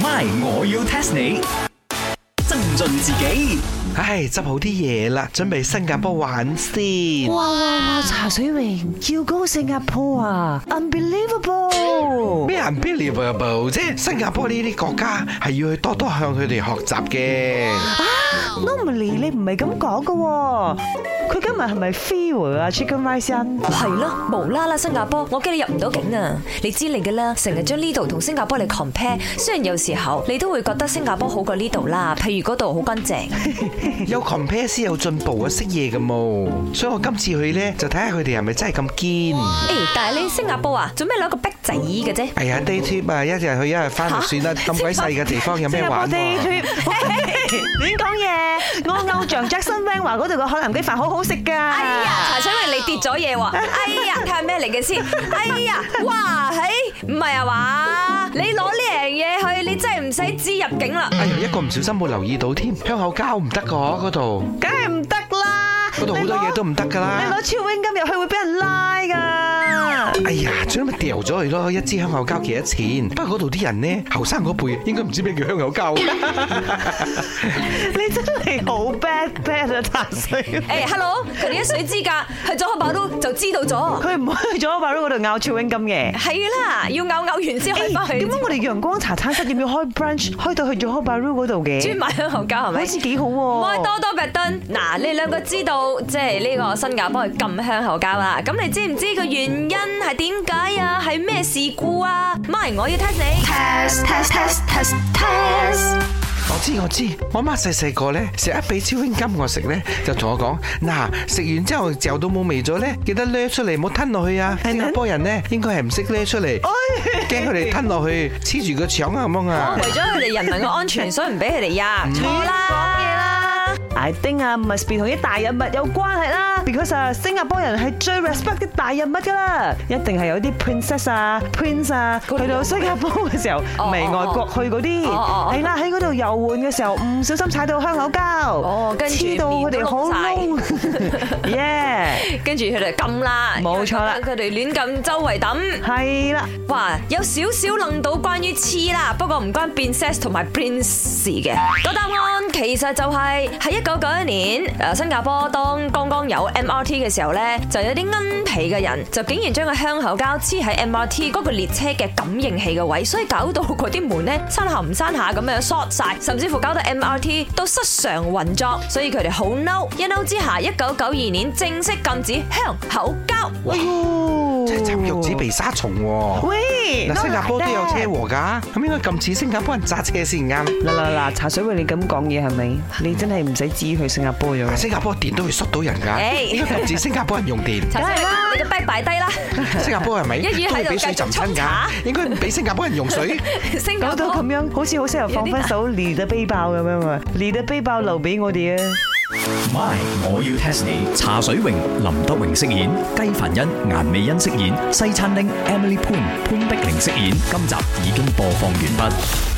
My，我要 test 你。增進自己唉，執好啲嘢啦，準備新加坡玩先。哇哇哇！茶水榮要高新加坡啊，unbelievable！咩 unbelievable 啫？新加坡呢啲國家係要去多多向佢哋學習嘅。 Normally 你唔係咁講㗎喎，佢今日係咪 feel 啊 Chicken Rice 因？係咯，無啦啦新加坡，我驚你入唔到境啊！你知你噶啦，成日將呢度同新加坡嚟 compare，雖然有時候你都會覺得新加坡好過呢度啦，譬如嗰度好乾淨。有 compare 先有進步啊，識嘢嘅冇。所以我今次去呢，就睇下佢哋係咪真係咁堅。誒，但係你新加坡啊，做咩攞個逼仔嘅啫？哎呀，day trip 啊，一日去一日翻就算啦，咁 鬼細嘅地方有新咩加坡玩啊 day 喎？ trip，亂 講嘢！我偶像 Jackson Wang 話嗰度嘅海南雞飯好好食㗎。哎呀，茶水榮你跌咗嘢喎！哎呀，睇下咩嚟嘅先？哎呀，哇，嘿，唔係啊嘛？你攞呢樣嘢去，你真係唔使知入境啦。哎呀，一個唔小心冇留意到添，香口膠唔得㗎嗰度，梗係唔得啦！嗰度好多嘢都唔得㗎你啦攞。超 wing 今日去會俾人拉 㗎。哎呀，最屘咪掉咗佢咯，一支香口膠幾多錢？不過嗰度啲人呢，後生嗰輩應該唔知咩叫香口膠。你真係好 bad bad 啊，茶水榮。誒，hello，佢哋一水之隔，去咗漢堡都就知道咗。佢唔去咗 b a r 嗰度拗超 wing 咁嘅。係啦，要咬咬完先可以翻去。點哎解我哋陽光茶餐室要唔要開 branch 開到去咗 b a r 嗰度專嘅？買香口膠係咪？好似幾好唔喎。愛多多白敦，嗱，你兩個知道即係呢個新加坡係禁香口膠啦，咁你知唔知個原因係點解啊？係咩事故啊？咪我要 test 你。 test test test test test 我知我知，我媽細細個呢，成日俾超英金我食呢，就同我講：嗱，食完之後嚼到冇味咗呢，記得掠出嚟，冇吞落去啊！新加坡人呢，應該係唔識掠出嚟，驚佢哋吞落去黐住個腸啊咁樣啊！為咗佢哋人民嘅安全，所以唔俾佢哋呀。錯啦， I think 啊，must be 同啲大人物有關係啦，because 啊，新加坡人係最 respect 啲大人物噶啦，一定係有啲 princess 啊、prince 啊，嗰啲去到新加坡嘅時候，哦唔係外國去嗰啲，哦哦哦係啦，喺嗰度遊玩嘅時候唔小心踩到香口膠，哦跟住黐到佢哋好窿面 ，yeah，跟住佢哋禁啦，嗯冇錯啦佢哋亂禁周圍抌。係啦，哇，有少少諗到關於黐啦，不過唔關 princess 同埋 prince 事嘅。個答案其實就係喺一九九一年，誒新加坡當剛剛有 MRT 嘅時候呢，就有啲奀皮嘅人就竟然將個香口膠黐喺 MRT 嗰個列車嘅感應器嘅位，所以搞到嗰啲門呢，閂下唔閂下咁樣 short 晒，甚至乎搞到 MRT 都失常運作，所以佢哋好嬲。一嬲之下，一九九二年正式禁止香口膠。哎呦，真係插肉子被沙蟲喎！喂，嗱，新加坡都有車嗱禍㗎，咁應該禁止新加坡人揸車先啱。嗱嗱，茶水妹你咁講嘢係咪？你真係唔使指意去新加坡咗。 新加坡電都會摔到人㗎，誒應該禁止新加坡人用電。查先你個 bag 擺低啦。 新加坡係咪一於喺都度會俾水浸親繼續沖㗎茶？應該唔俾新加坡人用水。新加搞到坡咁樣，好似好適合放分手，你的背包咁樣啊！你的背包留俾我哋啊！ ，My，我要 test 你。茶水榮、林德榮飾演，雞凡欣、顏美欣飾演，西餐廳 Emily Poon 潘碧玲飾演。今集已經播放完畢。